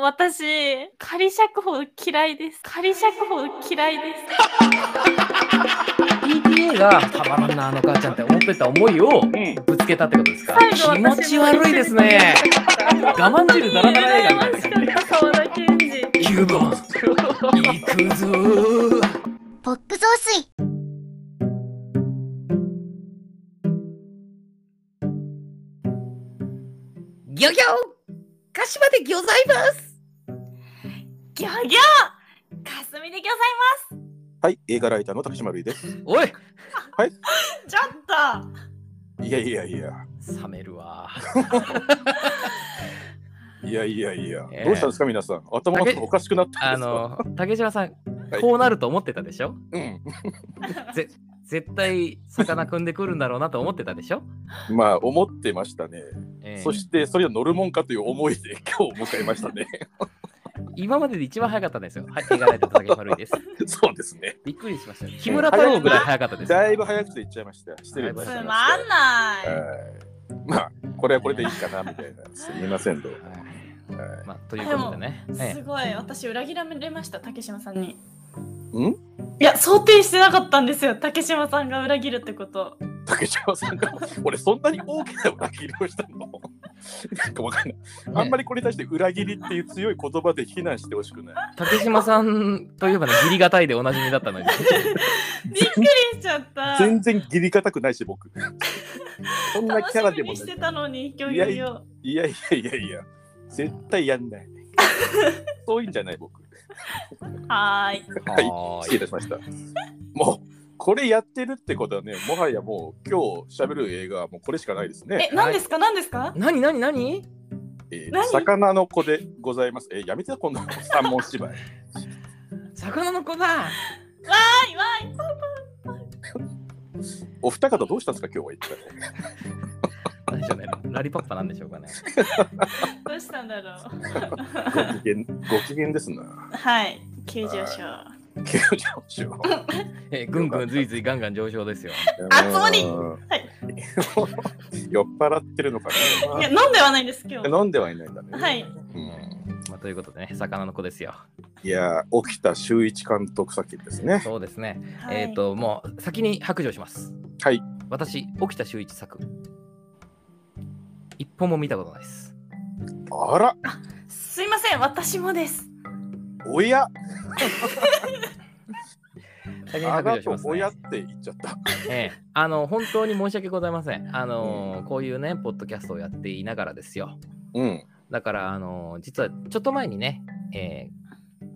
私、仮釈放嫌いです。仮釈放嫌いです。 PTA がたまらんなあの母ちゃんって思ってた思いをうん。ぶつけたってことですか最後気持ち悪いですね。我慢汁だらだら映画みた羨いなましかった沢田研二。 9番行くぞーポップ増水ギョギョ鹿島でギョざいますギョギョかすみでギョざいはい、映画ライターの竹島るいです。おいますちょっといやいやいや、冷める わいやいやいや、えーどうしたんですか、皆さん。頭の中おかしくなったあんですか。の竹島さんはいこうなると思ってたでしょうぜ絶対魚組んでくるんだろうなと思ってたでしょ、ん、まあ、思ってましたね。ええそして、それを乗るもんかという思いで 今日迎えました ね。今までで一番早かったんですよはい映画ライターの竹島るいですそうですね。びっくりしました木村太郎ぐらい早かったですだいぶ早口で言っちゃいました。失礼いたしまつした。まんないはいまあ、これはこれでいいかなみたいな。すみませんどうも。はいまあ、ということでね、えすごい私裏切られました竹島さんにんいや想定してなかったんですよ竹島さんが裏切るってこと竹島さんが、俺そんなに大きな裏切りをしたの なんかわかんない。あんまりこれに対して裏切りっていう強い言葉で非難してほしくない。え竹島さんといえばね、義理がたいでおなじみだったのに、びっくりしちゃった 全然ギリ固くない し、僕。そんな楽キしャラみでもになしいて。たのにギョギョギョいやいやいやいや、絶対や んない。そういうんじゃない、僕。はーいはい、失礼いたしました。もう、これやってるってことはね、もはやもう、今日喋る映画はもうこれしかないですね。え何ですか何ですか何何何えー何魚の子でございます。えーやめてた、こんな三文芝居。魚の子だはいわーいお二方どうしたんですか、今日は一体。何でしょうね、ラリパッパなんでしょうかね。どうしたんだろうご機嫌、ご機嫌ですな。はい急上昇急上昇。えぐんぐんずいずいガンガン上昇ですよ。あつもり。はい 酔っ払ってるのかいや飲んではないんです今日 な。飲んではいないんだね。はいうんまあ、ということでね、魚の子ですよ。いやー、沖田修一監督作品ですね。そうですね。はいえっ、と、もう先に白状します。はい。私、沖田修一作。一本も見たことないです。あら、すいません私もですおや、先にあ白状らしとます、おねや。って言っちゃった。ええ、あの本当に申し訳ございません。あのこういうね、ポッドキャストをやっていながらですよ。うん。だから、あの実はちょっと前にね、えー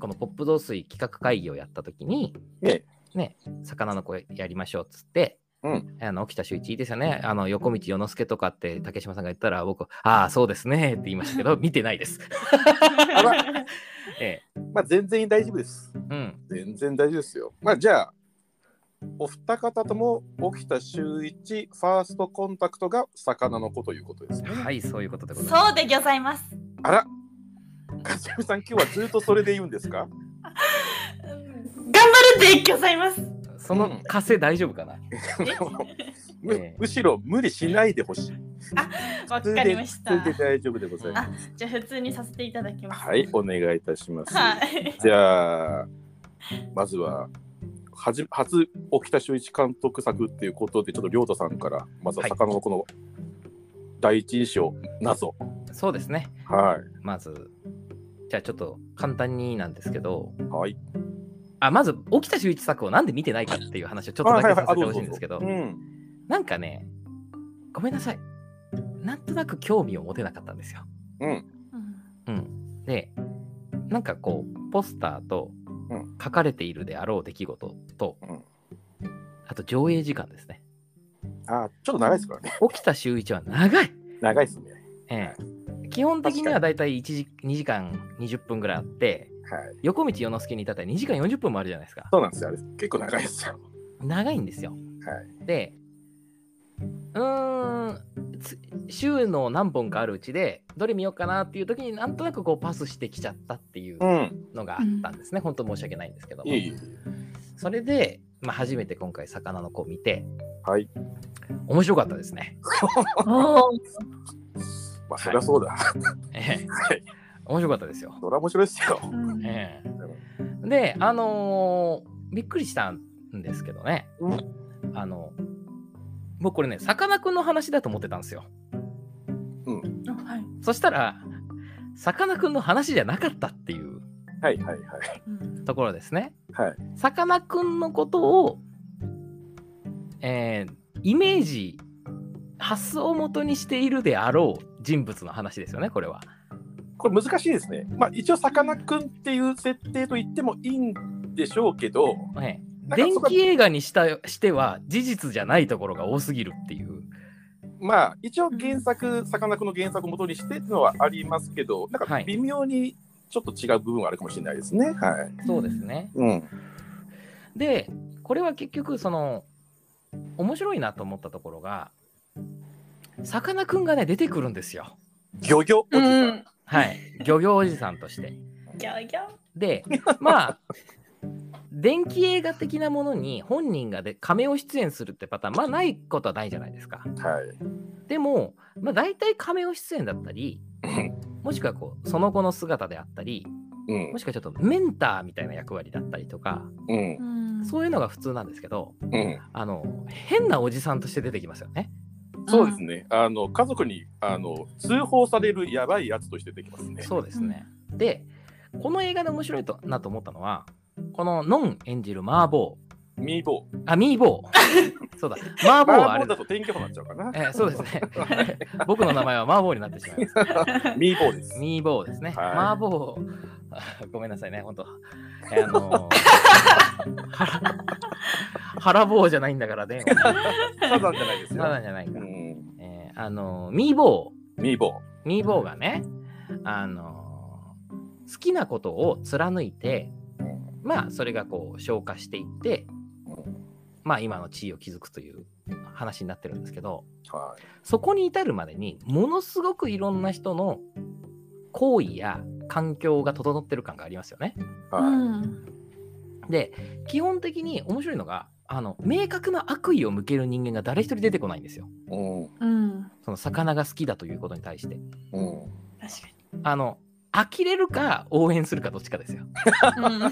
このポップ増水企画会議をやったときに、ねね、魚の子やりましょうっつって、うんあの沖田修一いいですよね。あの横道世之助とかって竹島さんが言ったら、僕、ああ、そうですねって言いました けど、見てないです。らえまあ全然大丈夫ですえ。うん、全然大丈夫ですよ。まあじゃあ、お二方とも沖田修一ファーストコンタクトが魚の子ということですね。はい、そういうことでございます。そうでギョざいますあら、かすみさん今日はずっとそれで言うんですか頑張るでギョざいますその稼い大丈夫かな、むええむしろ無理しないでほしい。わ普通かりまでした普通で大丈夫でございます。じゃあ普通にさせていただきますはい、お願いいたします。はいじゃあ、まずは、はじ初沖田修一監督作っていうことで、ちょっと亮太さんから、まずは魚のこの第一印象、謎。そうですね。はまず、じゃあちょっと簡単になんですけど、い。はい。あまず沖田修一作をなんで見てないかっていう話をちょっとだけさせてほしいんですけど、うん。なんかねごめんなさいなんとなく興味を持てなかったんですよ、うん。うん、でなんかこうポスターとうん書かれているであろう出来事と、うんあと上映時間ですねあ、ちょっと長いですからね。沖田修一は長い、長いですね。ええ基本的にはだいたい1時2時間20分ぐらいあってはい。横道世之助に至ったら2時間40分もあるじゃないですかそうなんですよ。あれ、結構長いですよ。長いんですよはでうーんつ週の何本かあるうちでどれ見ようかなっていう時になんとなくこうパスしてきちゃったっていううん。のがあったんですね、本当申し訳ないんですけどもいい。それで、まあ、初めて今回「魚の子」を見てはい。面白かったですね、おーまあ、そりゃそうだ。ええはい面白かったですよ。それは面白いですよ。うんええで、あのーびっくりしたんですけどね、うんあの僕これね、さかなクンの話だと思ってたんですよ。あはい。そしたら、さかなクンの話じゃなかったっていうはいはいはい。うんところですね。はい。さかなクンのことを、えーイメージ、発想をもとにしているであろう人物の話ですよね、これは。これ難しいですね。まあ一応さかなクンっていう設定と言ってもいいんでしょうけど、ねなんか電そこ気映画にしたしては事実じゃないところが多すぎるっていう。まあ一応原作さかなクンの原作を元にしてっていうのはありますけど、なんはかい微妙にちょっと違う部分はあるかもしれないですね。はい。そうですね。うん。で、これは結局、その、面白いなと思ったところが、さかなクンがね、出てくるんですよ。漁業おじさん。うんはい。漁業おじさんとして。ギャーギャー。で、まあ、電気映画的なものに本人がで亀を出演するってパターン、まあないことはないじゃないですか。はい。でも、まあ、大体亀を出演だったり、もしくはこうその後の姿であったり、うんも。しくはちょっとメンターみたいな役割だったりとか、うん。うんそういうのが普通なんですけど、うん。あの変なおじさんとして出てきますよね。そうですね。あの家族にあの通報されるやばいやつとして出てきますね。そうですね。で、この映画で面白いとなと思ったのは、このノン演じるマーボミーボー。ー、あ、ミーボー、そうだ、マーボーマはーあれボーだだ。と天気予報になっちゃうかな。えーそうですね。僕の名前はマーボーになってしまいます。ミーボーです。ミーボーですね。はいマーボー、あごめんなさいね、本当。えーあの ー腹 腹棒じゃないんだからね。サザンじゃないですたよ。だじゃないかうら。ん。えーあのーミーボー。ミーボー。ミーボーがね、あのー好きなことを貫いて、まあそれがこう消化していって、まあ今の地位を築くという話になってるんですけどはそこに至るまでにものすごくいろんな人の行為や環境が整ってる感がありますよね。い。はで基本的に面白いのがあの明確な悪意を向ける人間が誰一人出てこないんですよ。い。うん。うん。その魚が好きだということに対して。うん。確かに。あの呆れるか応援するかどっちかですよ。うん、で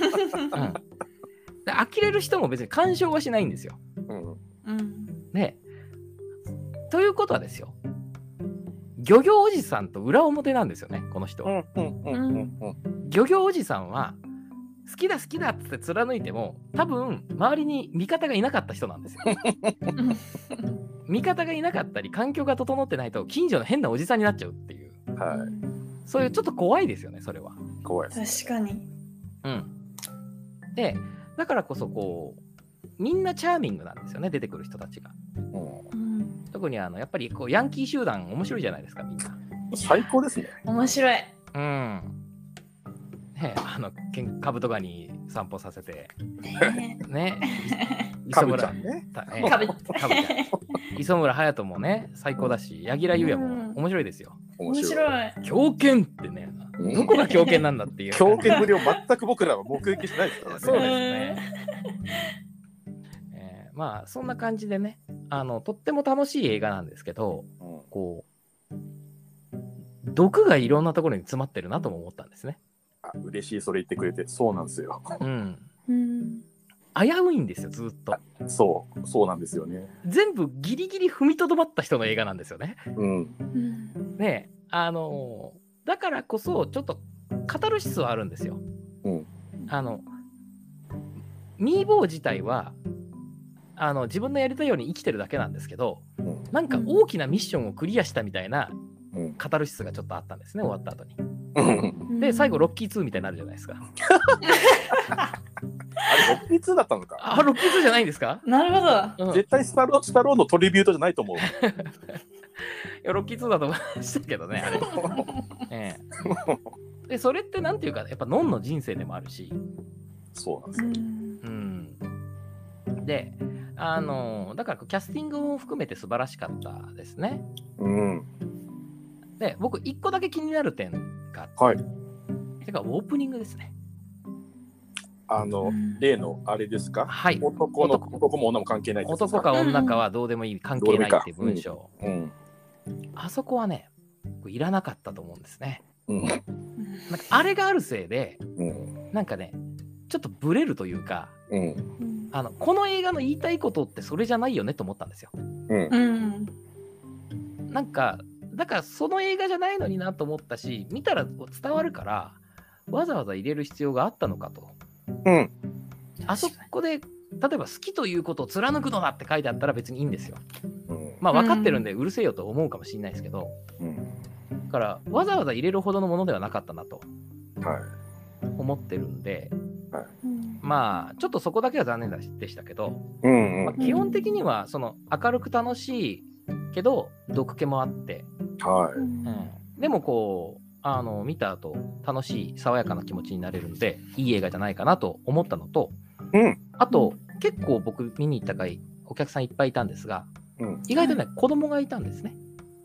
呆れる人も別に干渉はしないんですよ。うん。うん。ね。ということはですよ漁業おじさんと裏表なんですよねこの人、うん。うん。うん。うん。漁業おじさんは好きだ好きだっつって貫いても多分周りに味方がいなかった人なんですよ。味方がいなかったり環境が整ってないと近所の変なおじさんになっちゃうっていうはそういうちょっと怖いですよねそれは。い。怖いです。確かに。うん、でだからこそこうみんなチャーミングなんですよね出てくる人たちが。うん。うん。特にあのやっぱりこうヤンキー集団面白いじゃないですかみんな。最高ですね。面白い。うん。ねえあのケンカブトガニ散歩させてねねいカブちゃんね。たえねかぶっカブちゃん磯村隼人もね最高だし柳楽優弥も面白いですよ。面面白い。白い。狂犬ってねうんどこが狂犬なんだっていう。狂犬ぶりを全く僕らは目撃しないですからね。そうですね。えーまあそんな感じでねあのとっても楽しい映画なんですけどうんこう毒がいろんなところに詰まってるなとも思ったんですね。あ嬉しい、それ言ってくれて。そうなんですよ。うん、うん。危ういんですよずっとそう。そうなんですよね。全部ギリギリ踏みとどまった人の映画なんですよね。うん。うん。ねえあのーだからこそちょっとカタルシスはあるんですよ。うんあのミーボー自体はあの自分のやりたいように生きてるだけなんですけど、うんなんか大きなミッションをクリアしたみたいなうん。 カタルシスがちょっとあったんですね終わった後に。うんで最後ロッキー2みたいになるじゃないですか。あれ、6つだったのか。あロッキー2じゃないんですか、なるほど。うん、い絶対スタロスタローンのトリビュートじゃないと思う。やロッキー2だと思いましたけどねあれ。 ええ、でそれってなんていうかやっぱノンの人生でもあるし、そうなんですうよ。ん。うん、であのだからキャスティングも含めて素晴らしかったですねうん。で僕一個だけ気になる点があって、はいてかオープニングですねあの、例のあれですかはい男の男男も女も関係ないってやつです男か女かはどうでもいい関係ないっていうどうでも文いいか章、うん。あそこはね僕いらなかったと思うんですねううん。んなんかあれがあるせいでうんなんかねちょっとブレるというかうんうんあのこの映画の言いたいことってそれじゃないよねと思ったんですよ。うんうん。なんかだからその映画じゃないのになと思ったし見たら伝わるからわざわざ入れる必要があったのかとうんあそこで例えば好きということを貫くのだって書いてあったら別にいいんですよ。うんまあ分かってるんでうるせえよと思うかもしれないですけど、うんだからわざわざ入れるほどのものではなかったなとはい思ってるんでうんまあちょっとそこだけは残念だしでしたけど、うんうまあん基本的にはその明るく楽しいけど毒気もあって、はういんでもこうあの見た後楽しい爽やかな気持ちになれるのでいい映画じゃないかなと思ったのとうんあと、結構僕見に行った回お客さんいっぱいいたんですが、うん意外とね子供がいたんですね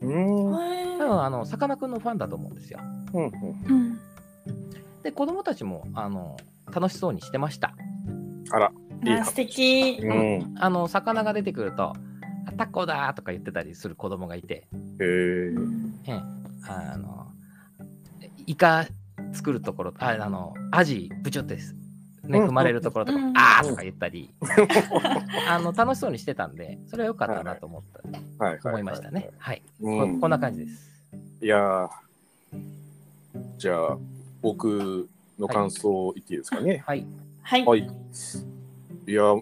うん多へー分あのさかなクンのファンだと思うんですようんうんで子供たちもあの楽しそうにしてましたいいあ素敵うんうんあの魚が出てくると「あタコだ!」とか言ってたりする子供がいてへえあのイカ作るところああのアジブチュってです、ね、うん踏まれるところとか「うんあー!」とか言ったりあの楽しそうにしてたんでそれは良かったなと思った、はいはい思いましたねはい、うんここんな感じですいやーじゃあ僕の感想を言っていいですかね。はいはいはい。いやー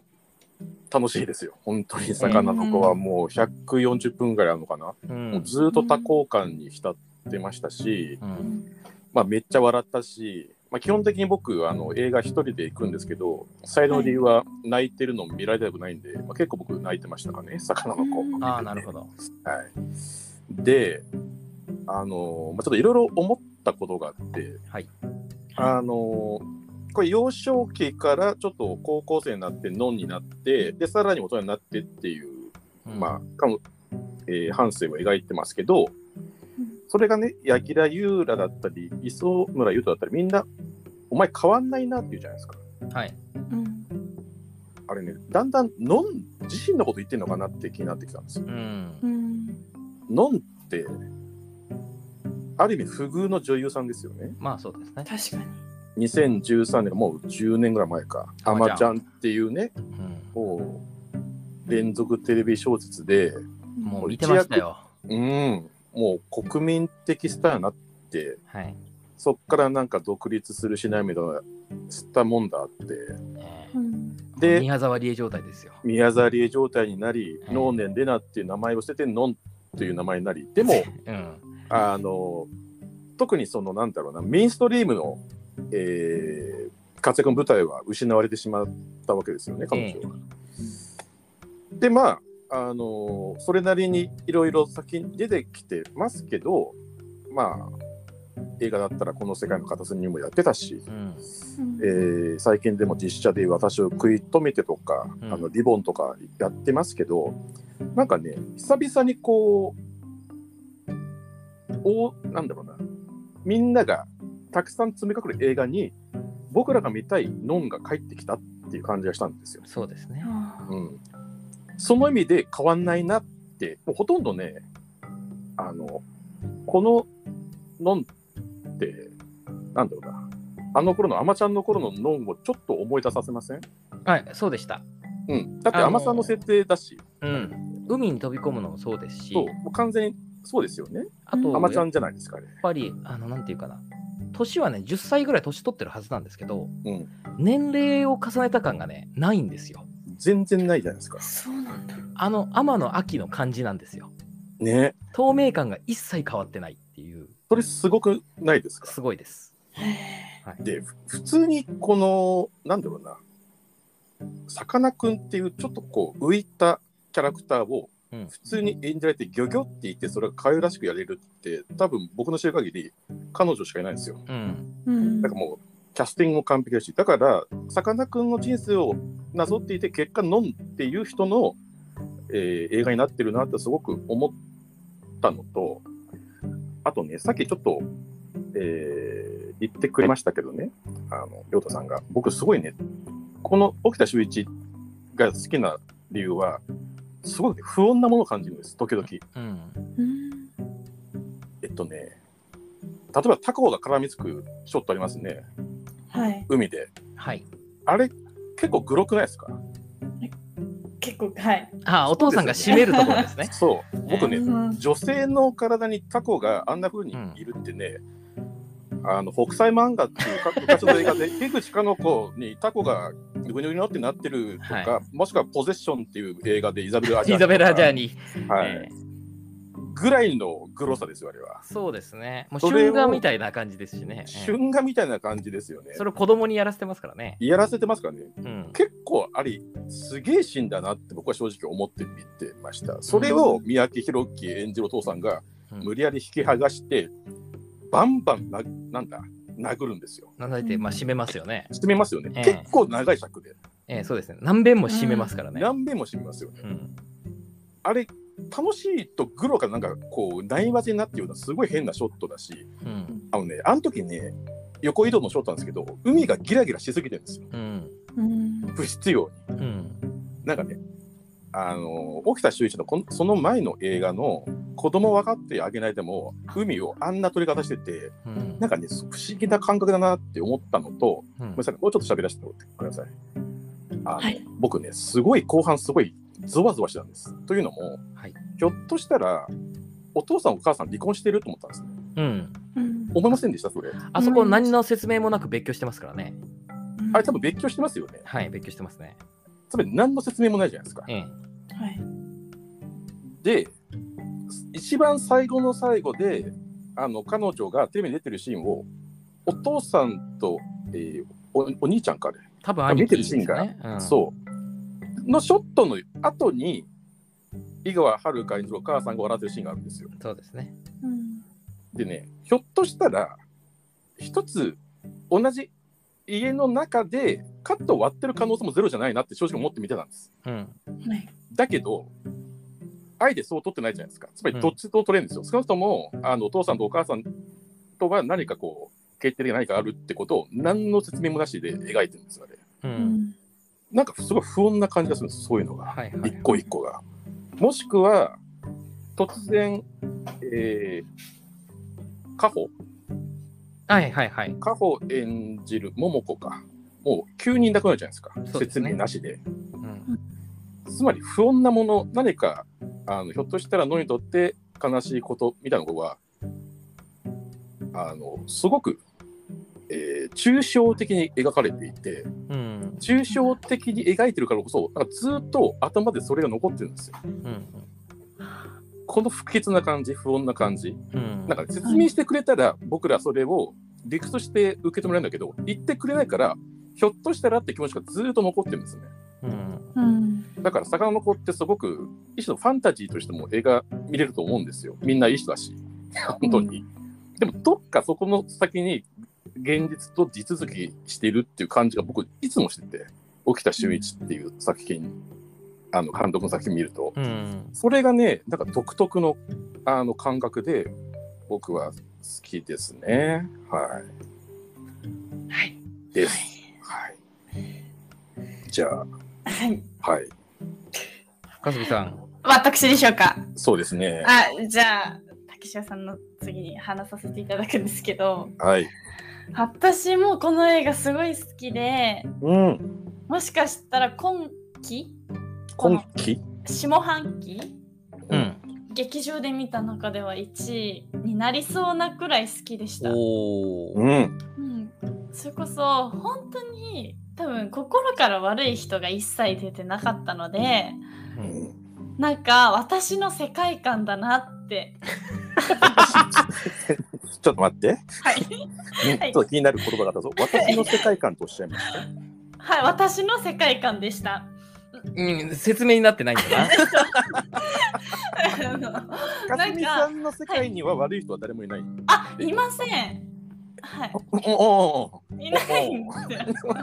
楽しいですよ。本当に魚の子はもう140分ぐらいあるのかな。う、もうんずっと多幸感に浸ってましたし、うん、まあ、めっちゃ笑ったし、まあ、基本的に僕あの映画一人で行くんですけど最大の理由は泣いてるのを見られたくないんで、まあ、結構僕泣いてましたかね魚の子を見ててああなるほどはい、であの、まあ、ちょっといろいろ思ったことがあって、はいあのこれ幼少期からちょっと高校生になってノンになってでさらに大人になってっていう、うんまあかも、えー半生を描いてますけどうんそれがね柳楽優良だったり磯村優斗だったりみんなお前変わんないなって言うじゃないですか。はいうんあれね、だんだんノン自身のこと言ってんのかなって気になってきたんですようんうんノンって、ある意味不遇の女優さんですよね。まあそうですね、確かに2013年、もう10年ぐらい前か。あアまちゃんマちゃんっていうね、うん、もう連続テレビ小説で、もう見てましたようん、もう国民的スターになって、はい、そっからなんか独立するしないみたいな、吸ったもんだあって、えうんーで宮沢りえ状態ですよ宮沢りえ状態になり、はいノーネン・レナっていう名前を捨てて、ノンっていう名前になり、でも、うんあの特にそのなんだろうなメインストリームの、えー活躍の舞台は失われてしまったわけですよね彼女は。でまああのそれなりにいろいろ先に出てきてますけどまあ映画だったらこの世界の片隅にもやってたし、ううんんえー最近でも実写で私を食い止めてとか、うんあのリボンとかやってますけどなんかね久々にこうおなんだろうなみんながたくさん詰めかくる映画に僕らが見たいノンが帰ってきたっていう感じがしたんですよ。そうですねあうん、その意味で変わんないなってもうほとんどねあのこのノンってなんだろうなあの頃のあまちゃんの頃のノンをちょっと思い出させません、はいそうでしたうん、だってあのーあまさんの設定だし、うん、海に飛び込むのもそうですしそうもう完全にそうですよねあうとんあまちゃやっんじゃないですかね。ぱりあのなんていうかな年はね10歳ぐらい年取ってるはずなんですけど、うん年齢を重ねた感がねないんですよ全然ないじゃないですかー。そうなんだあの天野秋の感じなんですよね透明感が一切変わってないっていうそれすごくないですかすごいですでふ普通にこのなんだろうなさかなクンっていうちょっとこう浮いたキャラクターをうん普通に演じられてギョギョって言ってそれが可愛らしくやれるって多分僕の知る限り彼女しかいないんですよ。うんうんだからもうキャスティングも完璧だしだからさかなクンの人生をなぞっていて結果ノンっていう人の、えー映画になってるなってすごく思ったのとあとねさっきちょっと、えー言ってくれましたけどねあの亮太さんが僕すごいねこの沖田修一が好きな理由はすごい不穏なものを感じるんです時々。うんうんえっとね例えばタコが絡みつくショットありますねはい。海ではい。あれ結構グロくないですか結構、はい。あお父さんが締めるところですね。 そう僕ねうん女性の体にタコがあんな風にいるってね、あの北斎漫画っていうか昔の映 画で樋口かの子にタコがぐにゅぐにょってなってるとか、はもしくは「ポゼッション」っていう映画でイザベル・アジャーニイザベラ・ジャーニー。はいえーぐらいのグロさですよあれは。そうですね。もうそれ春を画みたいな感じですしね。えー春画みたいな感じですよね。それを子供にやらせてますからね。やらせてますからねうん。結構ありすげえシーンだなって僕は正直思って見てましたそれを三宅宏樹演じるお父さんがうん無理やり引き剥がしてバンバンななんだ殴るんですよなんだって、まあ、締めますよね。締めますよね、ええ結構長い尺でえーそうですね。何遍も締めますからね。何遍も締めますよね、うん。あれ楽しいとグロがなんかこうないわぜになってるようなすごい変なショットだしうん。あのねあの時ね横移動のショットなんですけど海がギラギラしすぎてるんですようん。うん不必要にうん。なんかねあの沖田修一のこのその前の映画の「子供分かってあげない」でも海をあんな撮り方しててうん。なんかね不思議な感覚だなって思ったのとうごめんんなさい、もうちょっと喋らせてもらってください。あのはい僕ね、すごい後半、すごいゾワゾワしてたんです。というのも、はいひょっとしたら、お父さん、お母さん離婚してると思ったんですね。うん。うん思いませんでした、それ。あそこ何の説明もなく別居してますからね。あれ、多分別居してますよね。はい、別居してますね。つまり、何の説明もないじゃないですか。ええはい。で、一番最後の最後で、あの彼女がテレビに出てるシーンを、お父さんと、えーおお兄ちゃんかね、多分兄貴ですね見てるうんそう。のショットの後に、井川遥演じるお母さんが笑ってるシーンがあるんですよ。そうですね。うんでね、ひょっとしたら、一つ同じ家の中でカットを割ってる可能性もゼロじゃないなって正直思って見てたんです。うん。はい。だけど、あえてそう取ってないじゃないですか。つまうり、んどっちと取れるんですよ。少なくともあのお父さんとお母さんとは何かこう、決定的な何かあるってことを、何の説明もなしで描いてるんですよ、あれ。う。うんんなんかすごい不穏な感じがするんです、そういうのが。はいはい一。個一個が。もしくは、突然、えー、カホ、はいはいはい。カホ演じる桃子か、もう急にいなくなるじゃないですか、そうです説ね明なしで。うん。つまり不穏なもの、何かあのひょっとしたらのにとって悲しいことみたいなことは、あのすごく、えー抽象的に描かれていて、うん。抽象的に描いてるからこそ、なんかずっと頭でそれが残ってるんですよ。うん。この不潔な感じ、不穏な感じ。うん。なんか説明してくれたら、僕らそれを理屈として受け止められるんだけど、言ってくれないから、ひょっとしたらって気持ちがずっと残ってるんですね。うん。うんだから、魚の子ってすごく、一種のファンタジーとしても映画見れると思うんですよ。みんないい人だし、本当に。でも、どっかそこの先に現実と地続きしているっていう感じが僕、いつもしてて、沖田修一っていう作品、あの監督の作品見ると、うん。それがね、なんか独特のあの感覚で、僕は好きですね。ははい。い。です。はい。じゃはい。あ、はい。かすみさん。私でしょうかそうですね。あじゃあ竹島さんの次に話させていただくんですけどはい。私もこの映画すごい好きでうん。もしかしたら今期今期下半期うん。劇場で見た中では1位になりそうなくらい好きでした、おお。うん。うん、それこそ本当に多分心から悪い人が一切出てなかったのでうんなんか私の世界観だなってちょっと待って。はい ねはいちょっと気になる言葉があったぞ。私の世界観とおっしゃいます。はい私の世界観で したうん。説明になってないんだな。あのかすみさんの世界には悪い人は誰もいない。あいませんはいおおいないんですよ。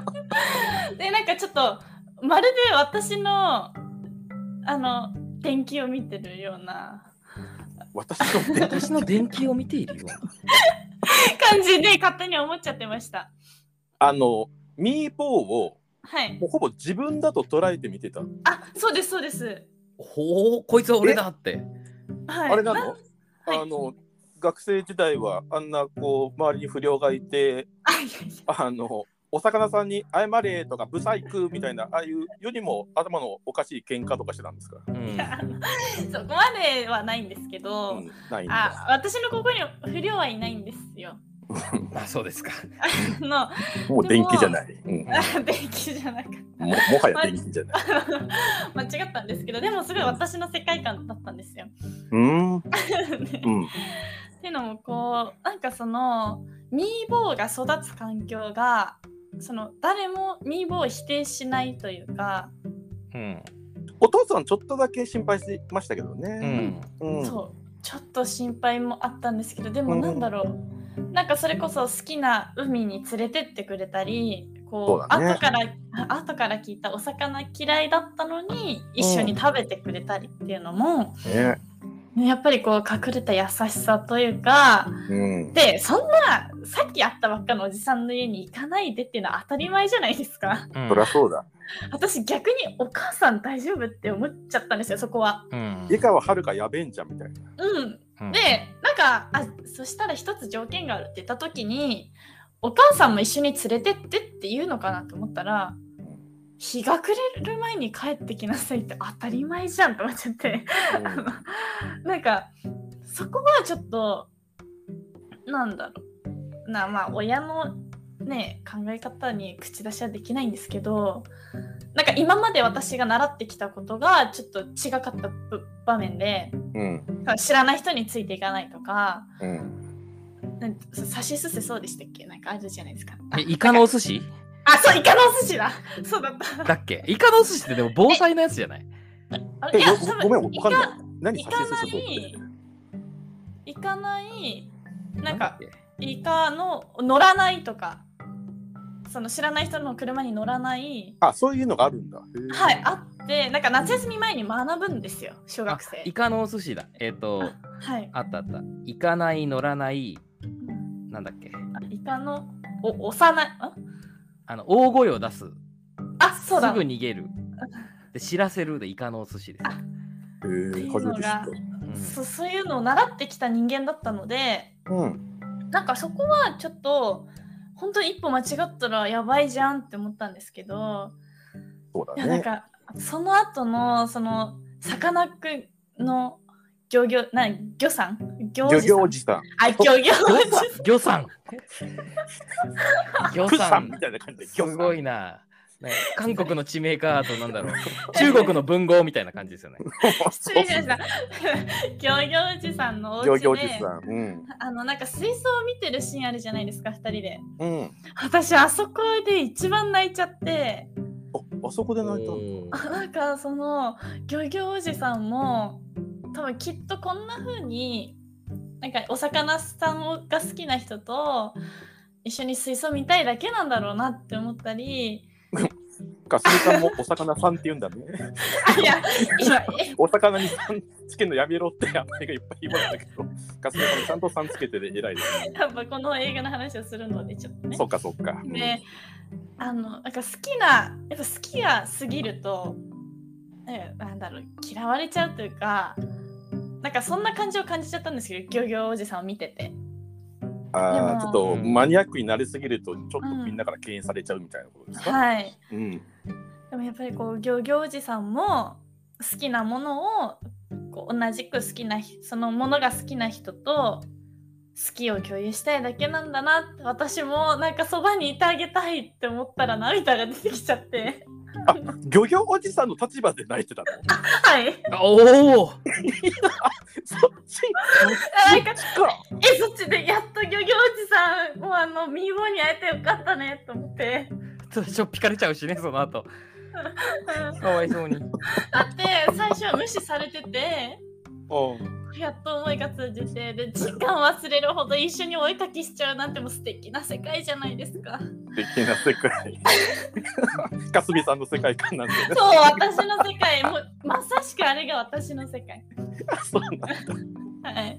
でなんかちょっとまるで私のあの電気を見てるような私のね 私の電気を見てい るよ。感じで勝手に思っちゃってました。あの、ミーポーをはい。もうほぼ自分だと捉えて見てた。あそうですそうです。ほう、こいつは俺だって。はい、あれなのはいあの学生時代はあんなこう周りに不良がいてあいやいやあのお魚さんに謝れとかブサイクみたいなああいうよりも頭のおかしい喧嘩とかしてたんですか、うんそこまではないんですけど、うん、ないんだあ私のここに不良はいないんですよ。あそうですか。あのあもう電気じゃない、うん、も電気じゃなかっもはや電気じゃないた間違ったんですけどでもすごい私の世界観だったんですよ。うんうねんっていうのもこうなんかそのミーボーが育つ環境がその誰もミーボーを否定しないというか、うん。お父さんちょっとだけ心配しましたけどうね、ん。うんそうちょっと心配もあったんですけどでもなんだろう、なんかそれこそ好きな海に連れてってくれたりこうそうだね後からあ後から聞いたお魚嫌いだったのに一緒に食べてくれたりっていうのも、ねねやっぱりこう隠れた優しさというかうん、でそんなさっき会ったばっかのおじさんの家に行かないでっていうのは当たり前じゃないですかうそりゃん。そうだ私逆にお母さん大丈夫って思っちゃったんですよそこはうん。家川遥やべえんじゃんみたいなうんうんでなんかあそしたら一つ条件があるって言った時にお母さんも一緒に連れてってって言うのかなと思ったら日が暮れる前に帰ってきなさいって当たり前じゃんと思っちゃってなんかそこはちょっとなんだろうなまあ親のね考え方に口出しはできないんですけどなんか今まで私が習ってきたことがちょっと違かったぶ場面でうん知らない人についていかないとかうんなんさ差しすせそうでしたっけなんかあるじゃないですか。えイカのお寿司あそうイカのお寿司だそうだった。だっけイカのお寿司ってでも防災のやつじゃないあえいやご多分ごめんわかんない何イ差カしな進そうってい行かないなんかだっけイカの乗らないとかその知らない人の車に乗らないあそういうのがあるんだへえはいあってなんか夏休み前に学ぶんですよ小学生あイカのお寿司だ。えっ、と、はいあったあった。行かない、乗らない、なんだっけあイカのお押さないんあの、大声を出す。あそうだすぐ逃げる。で、知らせるでイカのお寿司です。あへっていえう初のめて知っがうんそそういうのを習ってきた人間だったのでたうんなんかそこはちょっと本当に一歩間違ったらやばいじゃんって思ったんですけどそういだやなんねかその後のそのさかなクンの漁業な漁さん漁師漁さ業おんじさんあ漁業おじさん 魚さん。魚クささんんみ。たいな感じです魚さんごいな。ね 韓国の地名かあとなんだろう。中国の文豪みたいな感じですよね。失礼しました。行業おじさんのお行家々おじで、さんうんあのなんか水槽を見てるシーンあるじゃないですか、二人で。うん私あそこで一番泣いちゃって、ああそこで泣いたんだあなんかその漁業おじさんも多分きっとこんな風になんかお魚さんをが好きな人と一緒に水槽見たいだけなんだろうなって思ったり、かすみさんもお魚さんって言うんだねあいや今えお魚にさんつけるのやめろってあれがいっぱい言われたけどかすみさんもちゃんとさんつけてで偉いです ねやっぱこの映画の話をするのでちょっとねそ。っかそっかうんで、あのなんか好きなやっぱ好きが過ぎるとえなんだろう嫌われちゃうというかなんかそんな感じを感じちゃったんですけど漁業おじさんを見ててああちでもょっとうんマニアックになりすぎるとちょっとみんなから敬遠されちゃうみたいなことですかはいうんでもやっぱりこう漁業おじさんも好きなものをこう同じく好きなひそのものが好きな人と好きを共有したいだけなんだなって私もなんかそばにいてあげたいって思ったら涙が出てきちゃ って漁業おじさんの立場で泣いてたのはいおお。そっちなんかそっちかえそっちでやっと漁業おじさんもうあのミーボーに会えてよかったねと思ってちょっぴかれちゃう しねその後。うんかわいそうに。だって最初は無視されててうんやっと思いが通じてで時間忘れるほど一緒にお絵かきしちゃうなんてもう素敵な世界じゃないですか的な世界 かすみさんの世界観なんでねそう私の世界もうまさしくあれが私の世界そうなんだ はい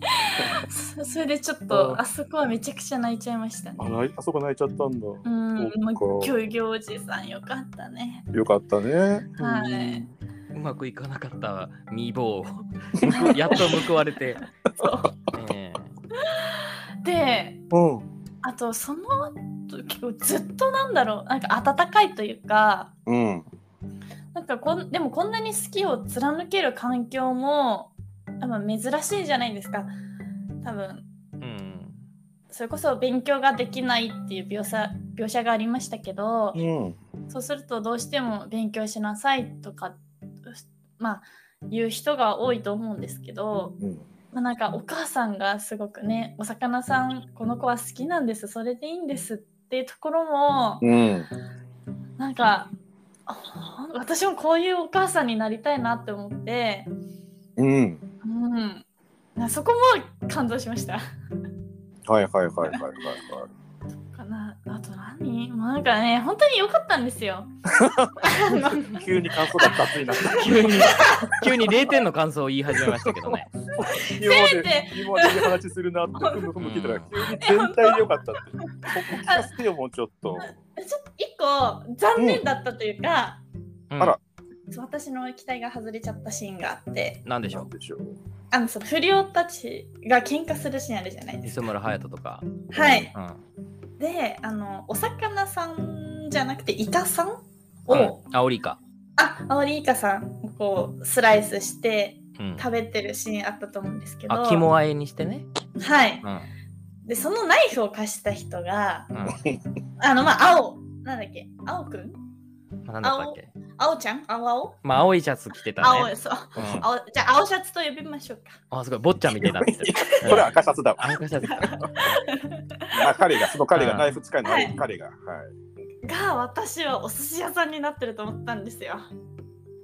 そそれでちょっとあそこはめちゃくちゃ泣いちゃいましたねあ泣いあそこ泣いちゃったんだうんそもうっか漁業おじさんよかったねよかったねはい。うまくいか なかったミーボー。やっと報われて。そうええってうん。あとその後結構ずっとなんだろうなんか温かいというかうん。なんかこんでもこんなに好きを貫ける環境もあまあ珍しいじゃないですか多分うんそれこそ勉強ができないっていう描写描写がありましたけどうん。そうするとどうしても勉強しなさいとかまあ言う人が多いと思うんですけど、うん。まあ、なんかお母さんがすごくねお魚さんこの子は好きなんですそれでいいんですっていうところもうん。なんかあ私もこういうお母さんになりたいなって思って、うん。うん、なそこも感動しました。はいはいはいはいはいはい。かなあと何もうなんかね本当に良かったんです よ。あの急に感想が雑になった。急に急に0点の感想を言い始めましたけ どね。今ませめてで、今までいい話するなって、ふむふむ聞いたら、急に全体でよかったって。ここ聞かせてよ、もうちょっと。ちょっと一個残念だったというか、うんあらそう私の期待が外れちゃったシーンがあってなんでしなょんでしょう。あのその不良たちが喧嘩するシーンあるじゃないうです磯村隼人とか。か。はい、うんであのお魚さんじゃなくてイカさんを、うん、アオリイカ。あアオリイカさんをこうスライスしてうん、食べてるシーンあったと思うんですけどあ、肝あえにしてね。はいうん。でそのナイフを貸した人がうん。あのまあ青なんだっけ青くんなんだったっけ。青ちゃん青青まあ、青いシャツ着てた青ね。そううん、青じゃあ青シャツと呼びましょうか。あ、すごい、坊ちゃんみたいになって る。これは赤シャツだわ。あ 赤シャツか。あ、彼が、その彼がナイフ使いのはい彼が。はい。が私はお寿司屋さんになってると思ったんですよ。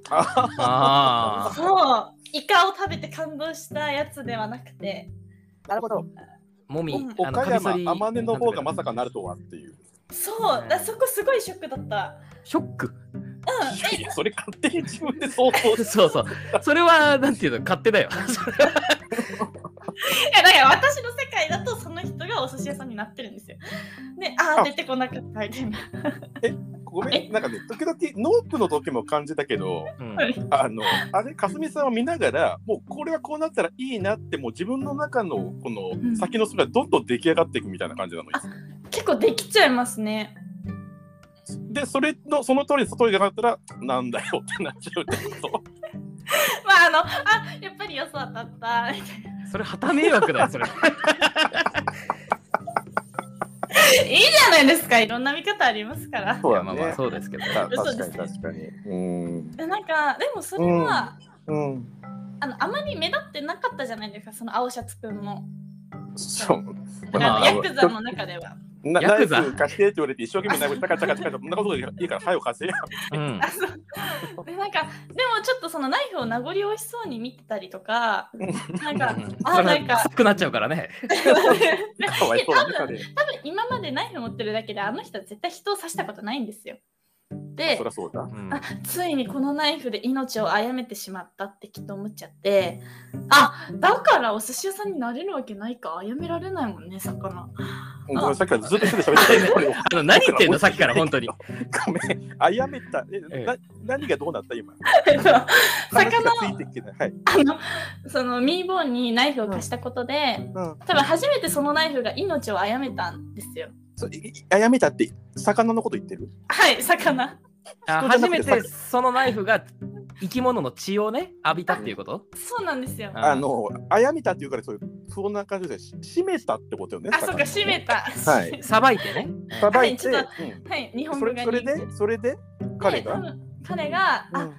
あああ。そうイカを食べて感動したやつではなくてなるほど。もみ、うんあの、岡カミソリ。山、天音の方がまさかなるとはっていう。そうだそこすごいショックだった。ショック。うんいやそれ勝手に自分で想像 しそうそう。それは、なんていうの、勝手だよ。それはえいやだから私の世界だとその人がお寿司屋さんになってるんですよ。であああ出てこなかったみたいな。ごめん、なんかね、時々ノープの時も感じたけど、うんはいあの、あれ、かすみさんを見ながら、もうこれはこうなったらいいなって、もう自分の中のこうんの先のそれがどんどん出来上がっていくみたいな感じなの。いつも 結構できちゃいますね。で、それの、その通り、外に上がったら、なんだよってなっちゃうってこと。まああのあやっぱりよそ当たったみたいそれ、はた迷惑だ よ、それ。な。いいじゃないですかいろんな見方ありますから。そういやまあまあ、そうですけど。たそうで確かすに確かに。うん。でなんかでもそれは、うん。あのあまり目立ってなかったじゃないですかその青シャツくんも。そう。まああのヤクザの中では。なヤナクイザフ貸してって言われて、一生懸命ナイフチャカチャカチャカチャ、そんなことでいいから、早く 貸せや。うんあ。そうでなんかでもちょっとそのナイフを名残惜しそうに見てたりとかなん かうんあなんかそれは臭くなっちゃうからね。多かわいそうだね、彼。分今までナイフ持ってるだけであの人は絶対人を刺したことないんですよ。でそりゃそう だ。うんあついにこのナイフで命を殺めてしまったってきっと思っちゃってあだからお寿司屋さんになれるわけないか殺められないもんね魚。 うんごめんさっきからずっと一人で喋ってたよあの何言ってんのさっきから本当に。ごめん、あやめた。ええ、えな、何がどうなった今。えっと話が魚ついてきてない。はい。あのそのミーボーンにナイフを貸したことで、うん。多分初めてそのナイフが命を殺めたんですよ。そう、いいあやめたって、魚のこと言ってる。はい、魚。あ人じ初ゃなめくててそのナイフが生き物の血をね浴びたっていうことそうなんですよ。ああの、あやめたっていうから、そういう、不穏な感じで、し締めたってことよね。あ、そうか、魚閉めた。はいさばいてね。さばいて。はいうん はい、日本そ語れ、がそれ人で、それで、気彼で多が。分彼が、うあ、ん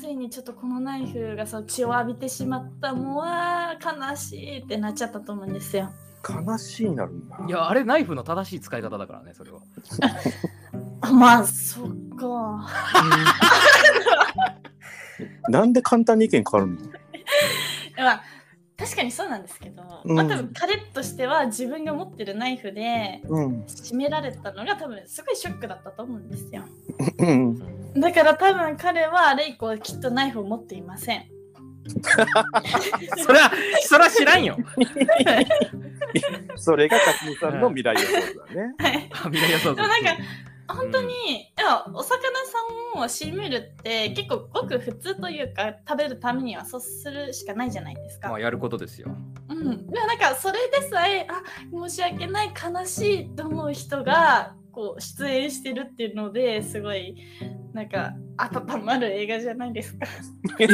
ついにちょっとこのナイフがそう血を浴びてしまった、もう、あー悲しいってなっちゃったと思うんですよ。悲しいになるんだ。いやあれナイフの正しい使い方だからねそれは。あまあ、そっか。 なんで簡単に意見変わるの。まあ、確かにそうなんですけど、うんまあ、多分彼としては自分が持ってるナイフでうん。締められたのが多分すごいショックだったと思うんですよ。うん。だから多分彼はあれ以降きっとナイフを持っていません。そりゃそりゃ知らんよ。 それが、かすみさんの未来予想だね。あみんな予想でもなんか本当に、いやお魚さんを締めるって結構ごく普通というか食べるためにはそうするしかないじゃないですか。まあやることですよ。うんうん、でもなんかそれでさえあ申し訳ない悲しいと思う人がこう出演してるっていうのですごいなんか温まる映画じゃないですか。 え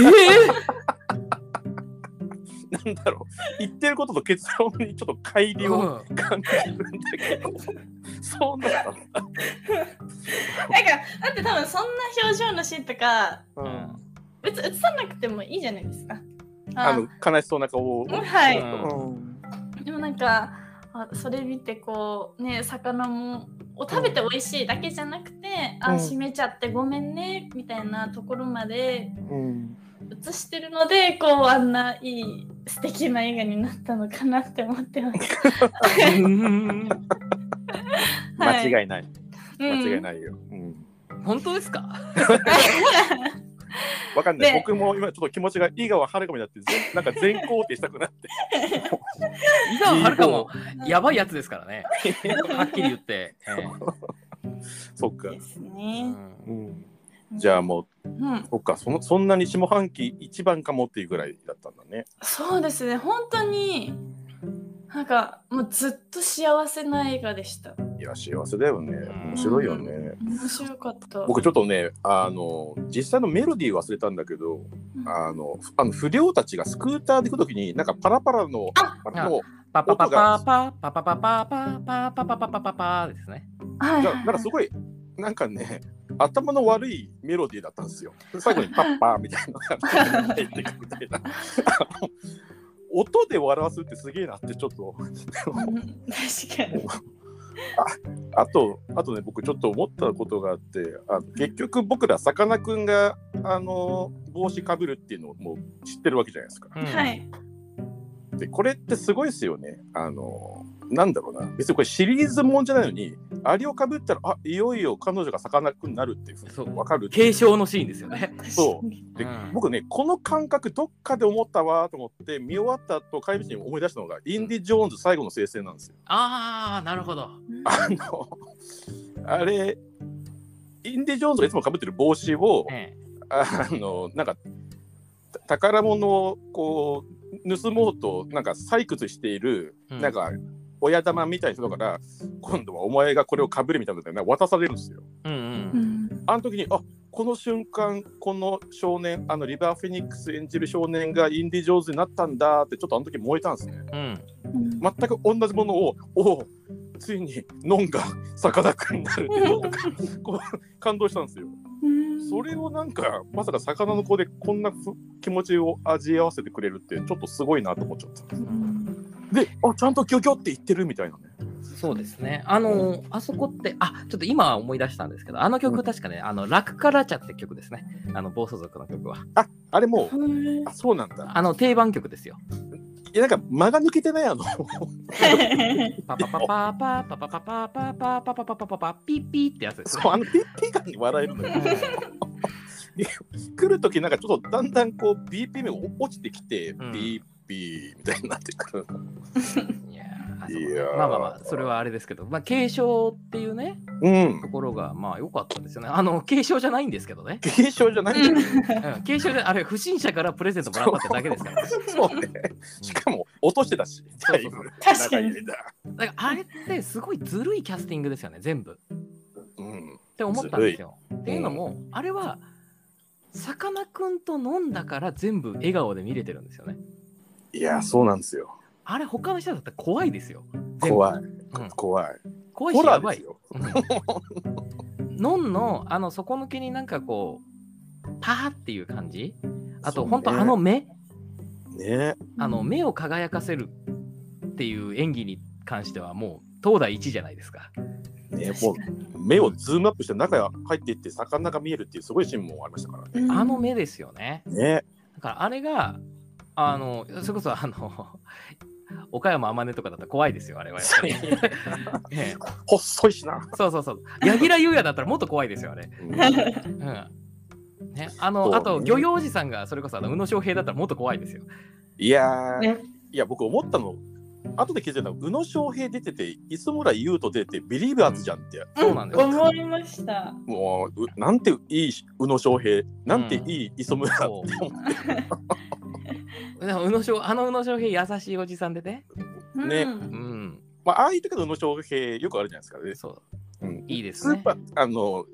なんだろう言ってることと結論にちょっと乖離をうん感じるんだけど、そうなんだ、なんかだって多分そんな表情のシーンとかうん、別に映さなくてもいいじゃないですか。ああの悲しそうな顔を、うんはい、うんでもなんかあそれ見てこうね魚もを食べて美味しいだけじゃなくて、うあん閉めちゃってごめんねみたいなところまでうん映してるのでこうあんないい素敵な映画になったのかなって思って ます。うんはい間違いない間違いい。ないよ、うん本当ですかわかんない、ね僕も今ちょっと気持ちが井川遥かになって ぜんなんか全肯定したくなって伊沢はるかもうんやばいやつですからねはっきり言って、えそっか、ですえうね。んうん、じゃあもううん、そっかそのそんなに下半期一番かもっていうぐらいだったんだねそうですね本当になんかもうずっと幸せな映画でした。いや幸せだよね面白いよね、面白かった。僕ちょっとねあの実際のメロディー忘れたんだけどうんあのふあの不良たちがスクーターで行くときになんかパラパラのああのパパパパパパパパパパパパパパパパパですねはいがなんかすごいなんかね頭の悪いメロディーだったんですよ。最後にパッパーみたいなのが入ってくるみたいな。 あの音で笑わすってすげえなってちょっとうん確かに。あとあとね僕ちょっと思ったことがあってあの結局僕らさかなクンがあの帽子かぶるっていうのをもう知ってるわけじゃないですか。は。はいでこれってすごいですよね。あのなんだろうな別にこれシリーズもんじゃないのにあれをかぶったらあいよいよ彼女がさかなクンになるっていうふそうに分かるってい継う承のシーンですよねそうう。でうん僕ねこの感覚どっかで思ったわと思って見終わった後怪物に思い出したのがインディ・ジョーンズ最後の聖戦なんですよ。ああなるほどあのあれインディ・ジョーンズがいつもかぶってる帽子をえあのなんかた宝物をこう盗もうとなんか採掘している、えなんか親玉みたいな人だから今度はお前がこれをかぶれみたいなので渡されるんですよ。うんううんんあの時にあこの瞬間この少年あのリバー・フェニックス演じる少年がインディ・ジョーンズになったんだってちょっとあの時燃えたんですねうんうん全く同じものをおおついにノンが逆田君になるっていうのをこう感動したんですようんそれをなんかまさか魚の子でこんなふ気持ちを味合わせてくれるってちょっとすごいなと思っちゃったうんであちゃんとギョギョって言ってるみたいなねそうですね。あのーあそこって、あ、ちょっと今思い出したんですけど、あの曲確かね、あの、ラクカラチャって曲ですね。あの、暴走族の曲は。あれもううんあそうなんだあの、定番曲ですよ。いやなんか間が抜けてないあのパパパパパパパパパパパパパパパパパピッピーってやつですねそう。あのピッピ感に笑えるのよ来る時なんかちょっとだんだんこう BPM が落ちてきて、うん BP みたいになってくる。いやーあそこいやーまあまあまあ、それはあれですけど、まあ、継承っていうね、うんと。ころが、まあ、良かったですよね。あの、継承じゃないんですけどね。軽症じゃないんだようん、継承で、あれ、不審者からプレゼントもらったってだけです からね。そうね。しかも落としてたし、だいぶそう確かに中入れただから、あれってすごいずるいキャスティングですよね、全部。うん。って思ったんですよ。っていうのも、あれはさかなクンと飲んだから全部笑顔で見れてるんですよね。いや、そうなんですよ。あれ他の人だったら怖いですよ。怖い。い。うん怖い。怖いホしラやーばですい。よ。うんのんのあの底抜けになんかこうパーっていう感じあそとうね本当あの目、ね。 あの目を輝かせるっていう演技に関してはもう東大一じゃないですか。ね、も確うかに目をズームアップして中へ入っていって魚が見えるっていうすごいシーンもありましたからね。あの目ですよね。ね。だからあれがあのそれこそあの岡山天音とかだったら怖いですよあれはやっぱり。ね細いしな。そうそうそう。柳楽優弥だったらもっと怖いですよ、あれ。うん。ね、あそうの、ねあと、漁業おじさんが、それこそ、あの、宇野昌平だったらもっと怖いですよ。いやーねいや僕思ったの後で気づいたの宇野昌平出てて磯村優斗出ててビリーバーズじゃんって、そうなんですよ思いました。もううなんていい宇野昌平なんていい磯村、そうでも宇野昌あの宇野昌平優しいおじさんでね。ねうんうん。まあ、ああいったけど、宇野昌平、よくあるじゃないですかね。そう。うんいいですスねーパー、あの、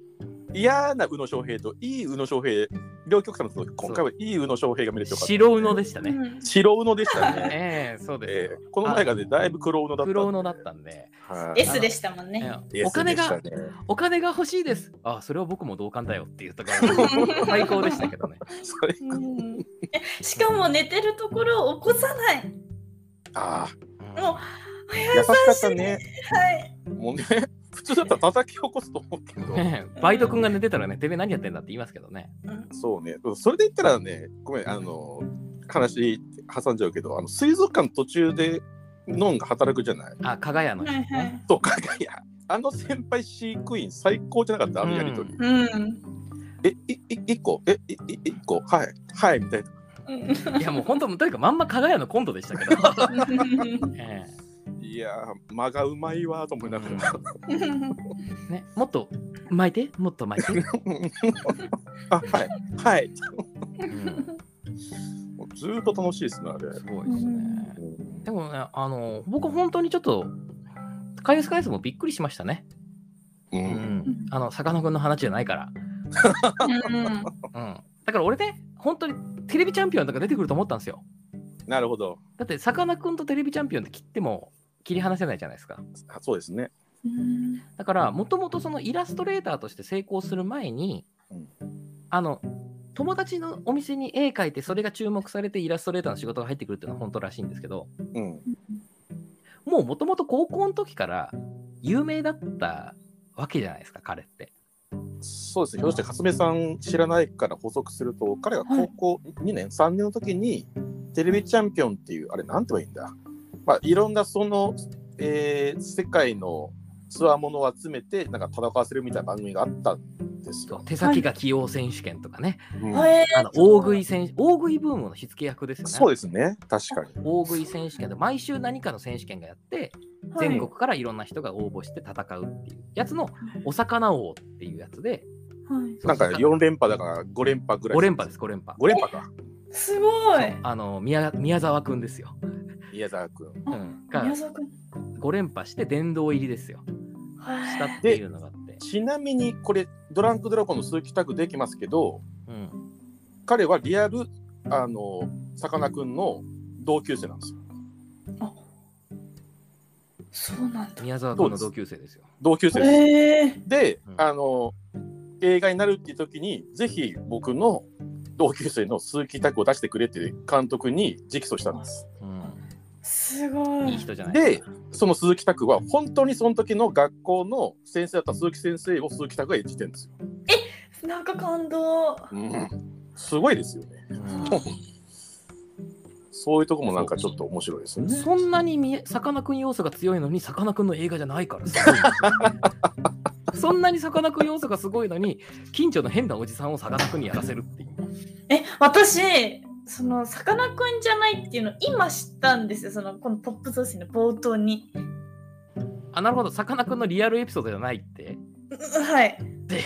嫌な宇野昌平といい宇野昌平、両極端の今回はいい宇野昌平が見れてよかった。白宇野でしたうね。ん白宇野でした ね。ええそうですえよ。ーこの前がね、だいぶ黒宇野だった。黒宇野だったんで。はい。 S でしたもんね。ええお金が S でしたねお金が欲しいです。あ、それは僕も同感だよって言った から、最高でしたけどね。それうん えしかも寝てるところを起こさない。ああ、もう優しかったね。はい。もうね、 普通だったら叩き起こすと思うけど。 ねえバイト君が寝てたらね、てめえ何やってんだって言いますけどね。そうね、それで言ったらね、ごめん、あの、話挟んじゃうけど、あの水族館の途中で、ノンが働くじゃない。あ、加賀屋の人はいはいね。。とかが、いや、あの先輩飼育員、最高じゃなかった、あのやりとり。うん。え、い、い、一個、え、い、い、一個、はい、はい、みたいな。うんいや、もう本当、とにかくまんま加賀屋のコントでしたけど。ええいやー、間がうまいわと思いながら。ね、もっと巻いて、もっと巻いて。 あ、はい、はい、うんもうずーっと楽しいですね、あれ。すごいですうね。でもね、あの、僕本当にちょっと、カイエスカイエスもびっくりしましたね。う、うんん。あの、さかなクンの話じゃないから。うんうん。だから俺ね、本当にテレビチャンピオンとか出てくると思ったんですよ。なるほど。だって、さかなクンとテレビチャンピオンって切っても切り離せないじゃないですか。あそうですね。うんだから、もともとそのイラストレーターとして成功する前にうん、あの、友達のお店に絵描いて、それが注目されてイラストレーターの仕事が入ってくるっていうのは本当らしいんですけど、うん、もうもともと高校の時から有名だったわけじゃないですか、彼って。そうですね。ひょっとして、かすめさん知らないから補足すると、彼が高校2年、3年の時に、テレビチャンピオンっていう、あれ、なんて言えばいいんだ。まあ、いろんなその、えー世界のつわものを集めて、なんか戦わせるみたいな番組があったんですよ。手先が器用選手権とかね、うんへあの大食い選手、大食いブームの火付け役ですよね。そうですね。確かに。大食い選手権で毎週何かの選手権がやって、ー全国からいろんな人が応募して戦うっていうやつのお魚王っていうやつで、はいはいなんかそう4連覇だから5連覇ぐらい。 5連覇です、5連覇。 5連覇か。すごい。あの宮宮沢くんですよ、宮沢君。あうん、が宮沢君。 5連覇して殿堂入りですよしたはっい。ていうのがあって、ちなみに、これ、ドランクドラゴンの鈴木拓できますけど、うん、彼はリアル、あの、さかなクンの同級生なんですよ。そうなんだ。宮沢くんの同級生ですよ同級生です。へえ。で、うんあの映画になるっていう時にぜひ僕の同級生の鈴木拓を出してくれって監督に直訴したんです。うすごん、い。いい人じゃないでその鈴木拓は本当にその時の学校の先生だった鈴木先生を鈴木拓が演じてるんですよ。なんか感動。すごいですよね。うんそういうとこもなんかちょっと面白いですよね。そんなにみえさかなクン要素が強いのにさかなクンの映画じゃないからすごいですよそんなにさかなクン要素がすごいのに近所の変なおじさんをさかなクンにやらせるっていうえ、私、そのさかなクンじゃないっていうの今知ったんですよ。そのこのポップ増水の冒頭に。あなるほどさかなクンのリアルエピソードじゃないって ううはい。で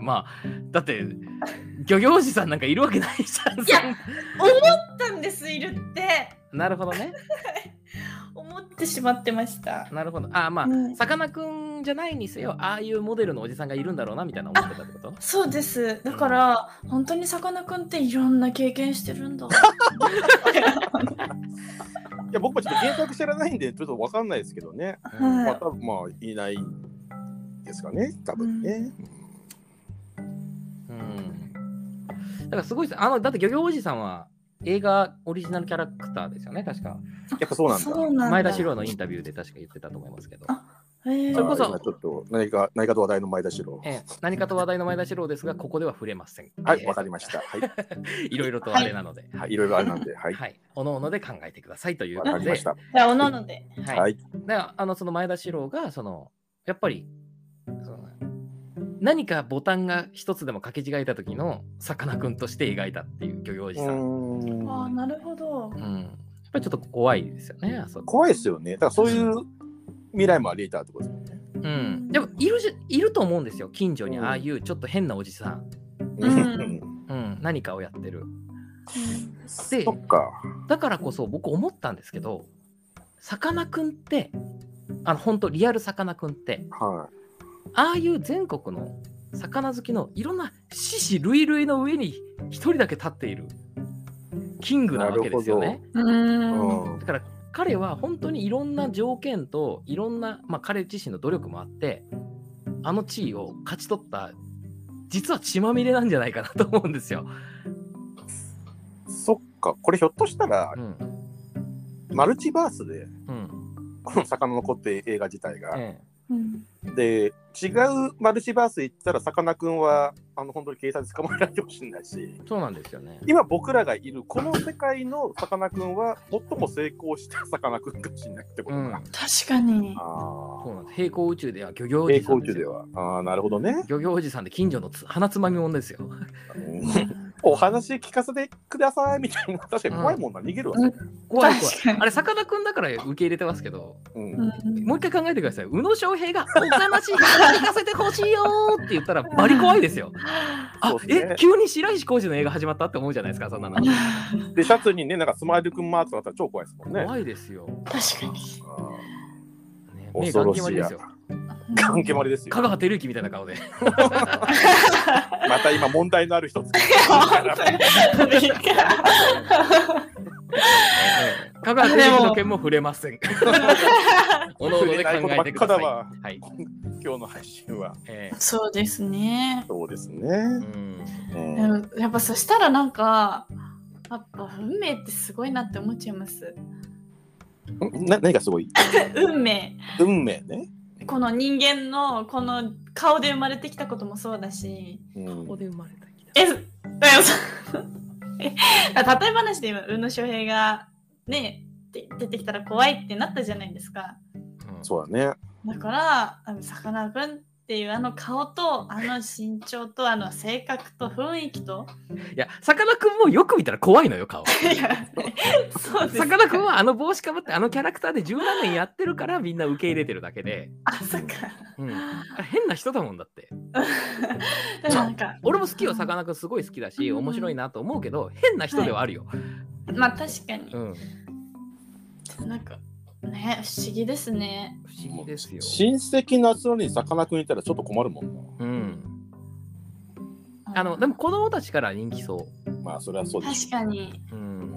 まあだって漁業士さんなんかいるわけないじゃんいやそん思ったんですいるって なるほどね思ってしまってました。なるほどあまうあんさかなクンじゃないにせよああいうモデルのおじさんがいるんだろうなみたいな思ってたってことそうです。だから、本当にさかなクンっていろんな経験してるんだ。いや僕もちょっと原作知らないんでちょっとわかんないですけどね。うんまあ多分まあいないですかね多分ね。うんだからすごいですあのだって漁業おじさんは映画オリジナルキャラクターですよね確かやっぱそうなんだ。そうなんだ。前田史郎のインタビューで確か言ってたと思いますけど、あへえそれこそあ今ちょっと何か何かと話題の前田史郎。ええ、何かと話題の前田史郎ですがここでは触れませんはい、わかりまました。はい、す いろいろとあれなので、はい、いろいろあれ なんで、は、はいいおのおので考えてくださいというわこかとりでました。じゃあ、おのおので。はいはい、であのその前田史郎がそのやっぱりその何かボタンが一つでも掛け違えた時のさかなクンとして描いたっていう漁業おじさん、ああ、なるほど。うんやっぱりちょっと怖いですよねあそこ怖いですよね。だからそういう未来もあり得たってことですよね。うん、でもいるじゃいると思うんですよ近所にああいうちょっと変なおじさん、うんうん、何かをやってるでそっか。だからこそ僕思ったんですけどさかなクンってあの本当リアルさかなクンってはああいう全国の魚好きのいろんな獅子類類の上に一人だけ立っているキングなわけですよなるね。うい。んうんうんだから彼は本当にいろんな条件といろんな、まあ、彼自身の努力もあってあの地位を勝ち取った実は血まみれなんじゃないかなと思うんですよ。そっか。これひょっとしたらう、んマルチバースで、うんこの魚の子って映画自体が。ええうんで、違うマルチバース行ったら、さかなクンは、あの、本当に警察捕まえられてほしいんだし、そうなんですよね。今僕らがいるこの世界のさかなクンは、最も成功したさかなクンかもしれないってことうか。ん、確かに。あそうなんです平行宇宙では漁業あ。お栄じさ光んで宇宙すでよ。は。ああ、なるほどね。漁業おじさんで近所のつ鼻つまみもんですよ。お話聞かせてくださいみたいな。確かに怖いもんな、逃げるわね。怖い怖確かいに。あれ、さかなクンだから受け入れてますけど、うんうん もう一回考えてください。宇野昌平がお話聞かせてほしいよーって言 ったら、バリ怖い ですよ。あ、そうですねえ、急に白石浩二の映画始まったって思うじゃないですか、そんなの。で、シャツにね、なんかスマイル君マークだったら超怖いですもんね。怖いですよ。確かに。ね、うん目恐がろんし決まりいでやすよ。。関係まりですよ香。川照之みたいな顔で。また今問題のある一 つ。 香川照之の件も触れませ ん。 おのおので考えてください。触れないことばっかはい。今日の配信は。え そうですね。そうですね。ーうんうんでもやっぱそしたらなんか、やっぱ運命ってすごいなって思っちゃいます。な何がすごい運命。運命ね。この人間のこの顔で生まれてきたこともそうだし。うんここで生まれた人え、だよそえ 例え話で今、宇野昌平がね、で出てきたら怖いってなったじゃないですか。うんそうだね。だから、あのさかなクンっていうあの顔と、あの身長と、あの性格と雰囲気と。いや、さかなクンもよく見たら怖いの よ、顔。いやそうですさかなクンはあの帽子かぶってあのキャラクターで十何年やってるからみんな受け入れてるだけで、あ、そっか。うんあれ変な人だもんだってでもなんか、俺も好きよさかなクンすごい好きだしうん面白いなと思うけど変な人ではあるよ、まあ確かにう。ん、なんか、ね、不思議ですね。不思議ですよ、親戚の集まりにさかなクンいたらちょっと困るもんうん、あのでも子供たちから人気そな。まあ、それはそうで確す。かに。う、うん、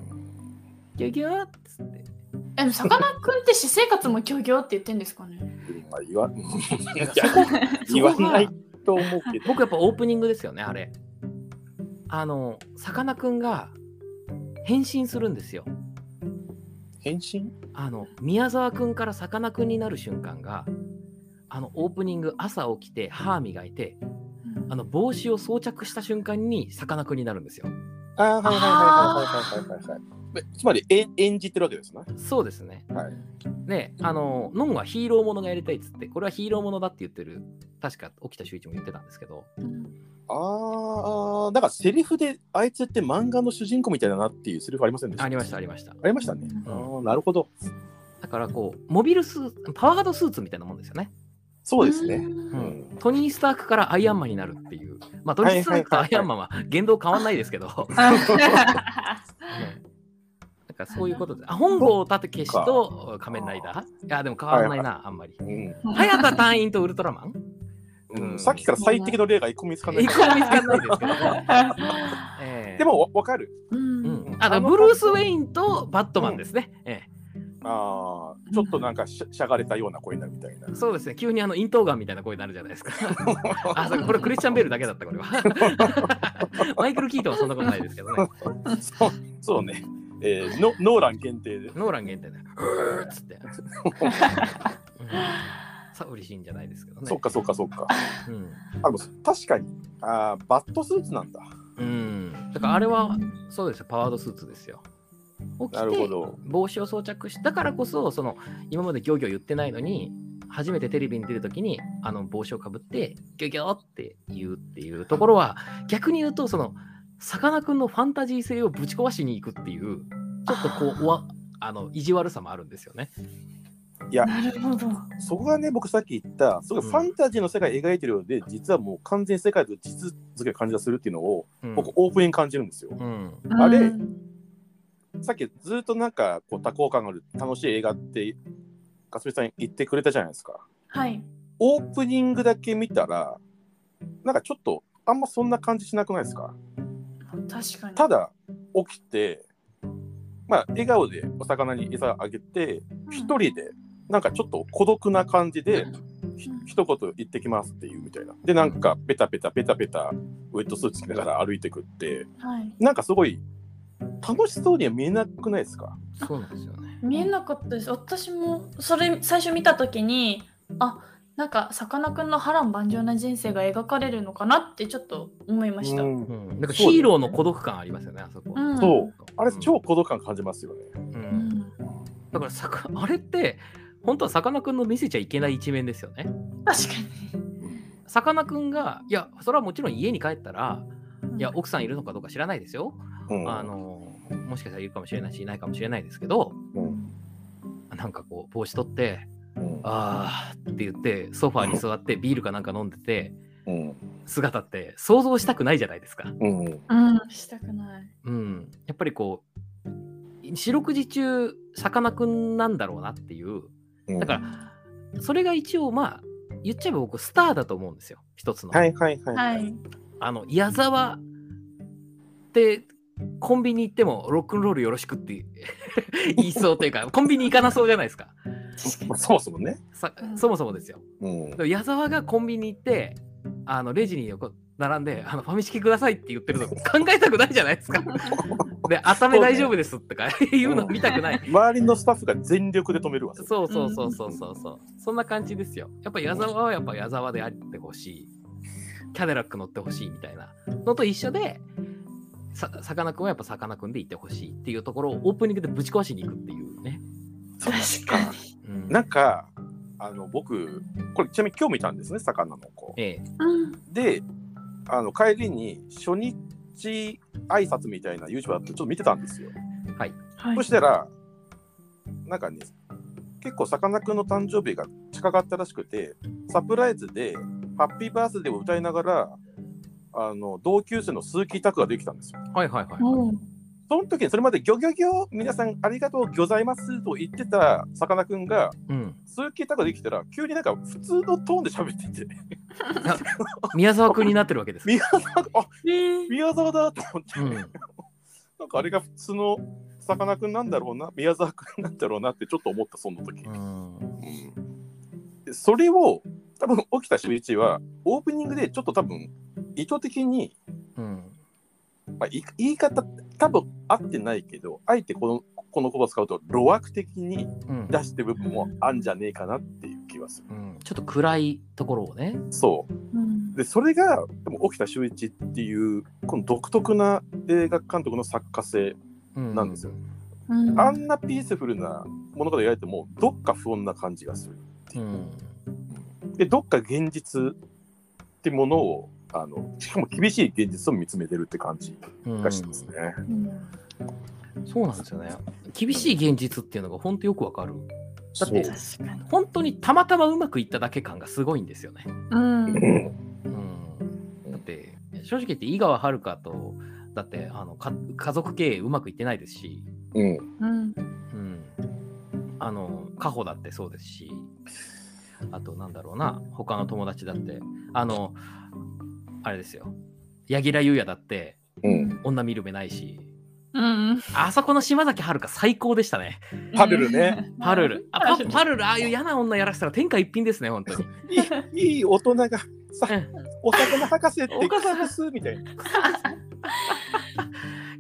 ギュギューっつってえ、でもさかなクンって私生活も虚業って言ってんですかね。まあ、言わいやそ言こが わないと思うけど。僕やっぱオープニングですよねあれあのさかなクンが変身するんですよ変身あの宮沢くんからさかなクンになる瞬間があのオープニング朝起きて歯磨いてあの帽子を装着した瞬間にさかなクンになるんですよああ、はいはいはいはいはいはいはいはい。でつまり、え演じてるわけですね。そうですねはい。ねあのノンはヒーローものがやりたいっつってこれはヒーローものだって言ってる確か沖田修一も言ってたんですけどうんああ、だからセリフで、あいつって漫画の主人公みたいだなっていうセリフありませんでしたありましたありましたありましたね。うあんーなるほど。だからこうモビルスーツパワードスーツみたいなもんですよねそうですね。ううんんトニー・スタークからアイアンマンになるっていうまあトニー・スタークとアイアンマンは言動変わんないですけ どなんかそういうことで。あ、本郷たけしと仮面ライダーいや、でも変わらないな、あんまり。うん早田隊員とウルトラマンうんさっきから最適の例が一個見つかんない一個も見つかんないですけ ど、ねええで、もわわかる。うんうん、あのブルース・ウェインとバットマンですね。えああ、ちょっとなんかしゃしゃがれたような声になるみたいなえ。 そうですね、急にあの咽頭ガンみたいな声になるじゃないですか。あ、そうこれクリスチャン・ベールだけだった、これは。マイクル・キートンはそんなことないですけどね。そうそうね。えー、ノノーラン限定で。ノーラン限定で、うーっつって。うん、さ、嬉しいんじゃないですけどね。そっかそっかそっか。うんあでも確かにあーバットスーツなんだ。うん、だからあれはそうですよパワードスーツですよ。起なきるほてど。帽子を装着しだからこそその今までギョギョ言ってないのに初めてテレビに出る時にあの帽子をかぶってギョギョって言うっていうところは逆に言うとそのさかなクンのファンタジー性をぶち壊しに行くっていうちょっとこうおわあの意地悪さもあるんですよね。いやなるほど。そこがね、僕さっき言った、すごいファンタジーの世界描いてるようで、実はもう完全に世界と地続きの感じがするっていうのを、うん僕、オープニング感じるんですよ。うんあれうんさっきずっとなんかこう多幸感がある楽しい映画って、かすみさん言ってくれたじゃないですか。はい。オープニングだけ見たら、なんかちょっと、あんまそんな感じしなくないですか確かに。ただ、起きて、まあ、笑顔でお魚に餌あげて、うん一人で、なんかちょっと孤独な感じで、ひうん一言言ってきますっていうみたいな。で、なんか、ペタペタペタペタ、ウェットスーツ着ながら歩いてくって、はい。なんかすごい、楽しそうには見えなくないですかそうなんですよね。見えなかったです。私もそれ最初見た時に、あなんかさかなクンの波乱万丈な人生が描かれるのかなってちょっと思いました。うん。うん、なんかヒーローの孤独感ありますよね、あそこ。そうあれ、超孤独感感じますよね。う。うんんだから さか、あれって、本当はさかなクンの見せちゃいけない一面ですよね。確かさかなクンが、いや、それはもちろん家に帰ったら、に。いや、奥さんいるのかどうか知らないですよ。うんあの、もしかしたらいるかもしれないし、いないかもしれないですけど、うんなんかこう、帽子取って、うんあーって言って、ソファーに座って、ビールかなんか飲んでて、うん姿って想像したくないじゃないですか。うんうん、したくない。うん。やっぱりこう、四六時中、さかなクンなんだろうなっていう。うんだから、それが一応、まあ、言っちゃえば僕、スターだと思うんですよ。一つの。はいはいはい。はい。あの矢沢ってコンビニ行ってもロックンロールよろしくって 言いそうというかコンビニ行かなそうじゃないですかまあ、そもそもね。さうんそもそもですようんでも矢沢がコンビニ行ってあのレジに横並んであのファミチキくださいって言ってるの考えたくないじゃな いですかで温め大丈夫ですとか言うの見たくない周りのスタッフが全力で止めるわ。それそうそうそうそうそうそうそんな感じですよやっぱ矢沢はやっぱ矢沢であってほしいキャデラック乗ってほしいみたいなのと一緒でささかなクンはやっぱさかなクンでいてほしいっていうところをオープニングでぶち壊しに行くっていうね、確かに。うん、なんか、あの、僕、これちなみに今日見たんですね、魚の子。ええうん。で、あの、帰りに初日挨拶みたいな YouTube あってちょっと見てたんですよ。はいそ。したら、なんかね、結構さかなクンの誕生日が近かったらしくて、サプライズで、ハッピーバースデーを歌いながら、あの、同級生の鈴木拓ができたんですよ。はいはいはいはいおうその時にそれまでギョギョギョ皆さんありがとうございますと言ってたさかなクンがうん、鈴木拓ができたら急になんか普通のトーンで喋ってて 宮沢君になってるわけです宮沢あ宮沢だと思って、うんなんかあれが普通のさかなクンなんだろうな宮沢君なんだろうなってちょっと思ったその時、うんうんでそれを多分起きた週一はオープニングでちょっと多分意図的に、うんまあ、い言い方多分合ってないけどあえてこのこの言葉を使うと路惑的にうん出してる部分もあんじゃねえかなっていう気はする。うんちょっと暗いところをねそう。うんで、それが、でも、沖田修一っていう、この独特な映画監督の作家性。なんですようんあんなピースフルな物語を描いても、どっか不穏な感じがする。うんで、どっか現実ってものを、あの、しかも厳しい現実を見つめてるって感じうんがしますね。うんそうなんですよね厳しい現実っていうのが本当よくわかるだってそう確かに。本当にたまたまうまくいっただけ感がすごいんですよね。うん。うん、だって正直言って井川遥とだってあのか家族経営うまくいってないですし、うん。うん。うん、あの家宝だってそうですしあとなんだろうな他の友達だってあのあれですよ柳楽優弥だってうん。女見る目ないしうん。あそこの島崎遥最高でしたねパルルね。パルルあパパルルああいう嫌な女やらせたら天下一品ですね本当に。いいいい大人が、さうん、お魚博士っておク魚スクスみたいな。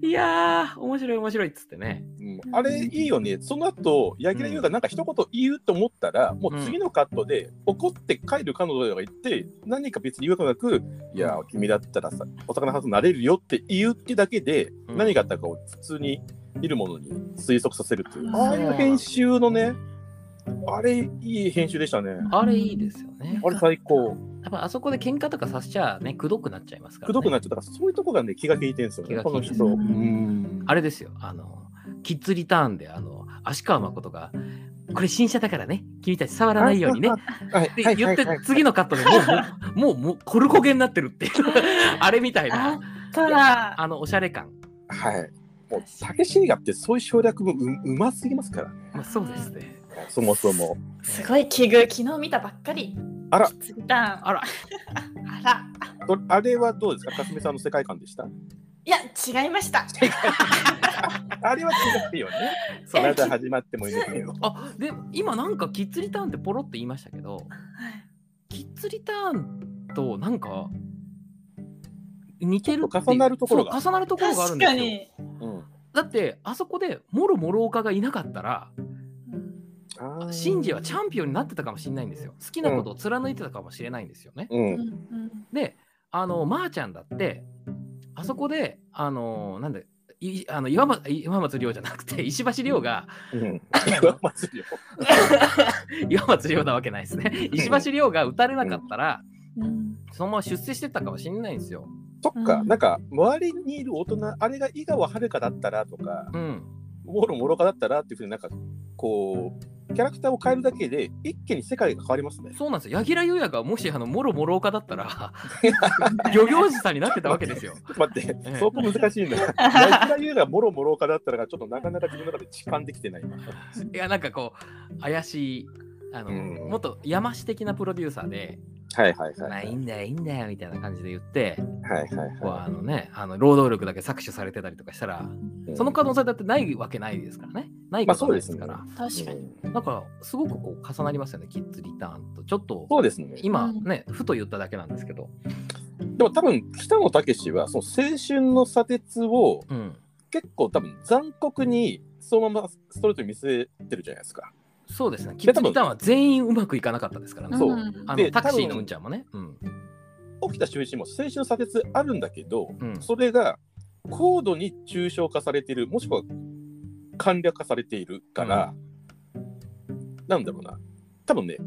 いやー、面白い面白いっつってね。うんあれいいよね、その後柳楽優がなんか一言言うと思ったら、もう次のカットで怒って帰る彼女が言って、何か別に言うことなく、いや、君だったらさ、お魚ハウスになれるよって言うってだけで、うん何があったかを普通に見るものに推測させるという、うんああいう編集のね、あれいい編集でしたね。あれいいですよね。あれ最高。やっぱあそこで喧嘩とかさせちゃね、くどくなっちゃいますから、くね。どくなっちゃったから、そういうとこがね、気が利いてるんですよ気ね、がこ利のいてる人。うんうんあれですよ、あの、キッズリターンで、あの、足川誠が、これ新車だからね、君たち触らないようにね。っはいて言って、次のカットでもう、も う、もう、コルコゲになってるっていう、あれみたいあな、ったらあの、おしゃれ感。はい。もう、たけし映画ってそういう省略もううますぎますからね。まあ、そうですね。そもそも。すごい奇遇昨日見たばっかりあらツイッターあら、あらそれあれはどうですか、かすみさんの世界観でした。いや違いましたあれは違うよね。そうまだ始まってもいいですけど。あで今なんかキッズリターンってポロって言いましたけどキッズリターンとなんか似てるっていうちょっと重なるところがそう重なるところがある確んですかよにうん。だってあそこでもろもろ岡がいなかったらあーシンジはチャンピオンになってたかもしれないんですよ好きなことを貫いてたかもしれないんですよね、ううんん。うんであのまー、ちゃんだってあそこであのなんでいあの岩松岩松亮じゃなくて 石橋亮が うん。岩松よ。岩松亮なわけないですね 石橋亮が打たれなかったらうんそのまま出世してたかもしれないんですよ。そっかう。んなんか、周りにいる大人、あれが井川遥だったらとか、うん、もろもろかだったらっていうふうになんか、こう、キャラクターを変えるだけで、一気に世界が変わりますね。そうなんですよ。柳楽優弥がもしあのもろもろ岡だったら漁業師さんになってたわけですよ。待ってええ、そこ難 しいんだ。安田優がもろもろかだったらが、ちょっとなかなか自分の中で痴漢できてない。いやなんかこう怪しいあの、うんもっと山師的なプロデューサーで、はいはいまあはい。いいんだよいいんだよみたいな感じで言って、はいはいこうはあのねあの労働力だけ搾取されてたりとかしたら、い。その可能性だってないわけないですからね。ないことないですから。ま確かにうんだからすごくこう重なりますよねキッズリターンとちょっとそうですね。今うんね、ふと言っただけなんですけど。でも多分、北野武は、その青春の砂鉄を、うん結構多分残酷に、そのままストレートに見せてるじゃないですか。そうですね。キッズリターンは全員うまくいかなかったですからね。そうんあのでタクシーの多分うんちゃんもね。うん。沖田修一も青春の砂鉄あるんだけど、うんそれが高度に抽象化されているもしくは簡略化されているから、なんだろうな多分ね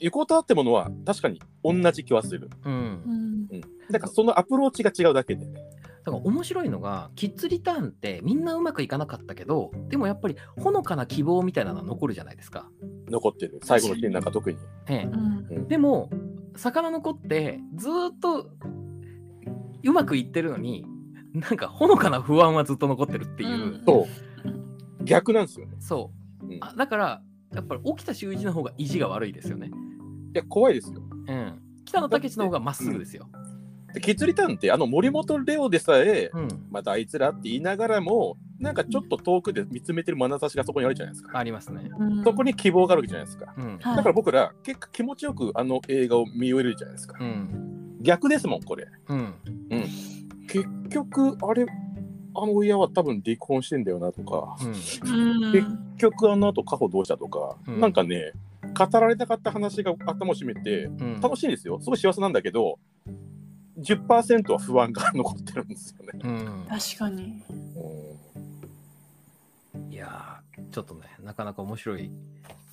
横たわってものは確かに同じ気はするう。うんんだからそのアプローチが違うだけでだから面白いのが、キッズリターンってみんなうまくいかなかったけど、でもやっぱりほのかな希望みたいなのは残るじゃないですか。残ってる最後のシーンなんか特にええうんでも、魚の子ってずーっとうまくいってるのに、なんかほのかな不安はずっと残ってるっていう。うんそう逆なんですよねそう、うんあ。だから、やっぱり沖田修一の方が意地が悪いですよね。いや怖いですようん。北野武の方がまっすぐですよ。でキッズリターンってあの森本レオでさえ、うん。またあいつらって言いながらもなんかちょっと遠くで見つめてる眼差しがそこにあるじゃないですかありますね。うんそこに希望があるわけじゃないですかうん。はいだから僕ら結構気持ちよくあの映画を見終えるじゃないですか、うん。逆ですもんこれうん。結局あれあの親は多分離婚してんだよなとかうんうん結結局あの後家宝どうしたとか、うんなんかね語られなかった話が頭を占めてうん楽しいんですよすごい幸せなんだけど10%は不安が残ってるんですよね、うん確かにいやーちょっとねなかなか面白い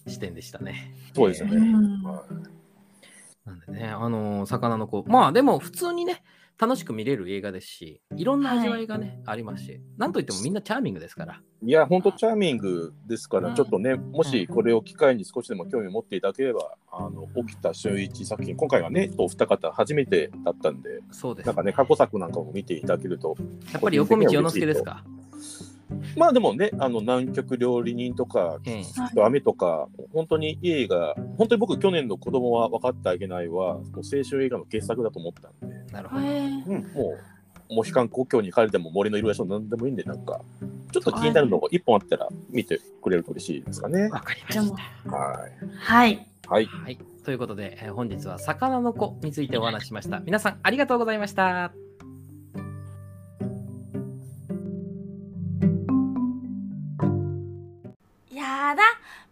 視点でしたね。そうですようね、んなんでねあのー魚の子まあでも普通にね楽しく見れる映画ですしいろんな味わいがね、ありますしなんといってもみんなチャーミングですからいやほんとチャーミングですから、うんちょっとねもしこれを機会に少しでも興味を持っていただければあの沖田修一作品今回はねお二方初めてだったんでそうです、なんかね、過去作なんかも見ていただけると、やっぱり横道世之助ですか。まあでもね、あの南極料理人とか、ええきっと雨とか、本当にいい映画、本当に僕、去年の子供は分かってあげないは、もう青春映画の傑作だと思ったんで、なるえほど。ーうん、もう、もう悲観故郷に帰れても森の色でしょ、なんでもいいんで、なんか、ちょっと気になるのが一本あったら見てくれると嬉しいですかね。わかりまじゃあしもた。はい。はいはい。はい、ということで、えー本日は魚の子についてお話ししました。皆さんありがとうございました。やだ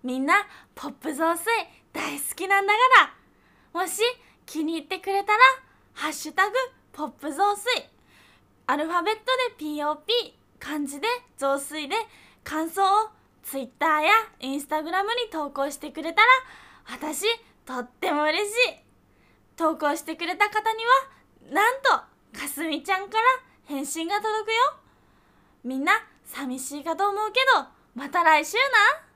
みんなポップ雑炊大好きなんだからもし気に入ってくれたら「ハッシュタグポップ雑炊」アルファベットで POP 漢字で雑炊で感想を Twitter や Instagram に投稿してくれたら私とっても嬉しい投稿してくれた方にはなんとかすみちゃんから返信が届くよみんな寂しいかと思うけどまた来週な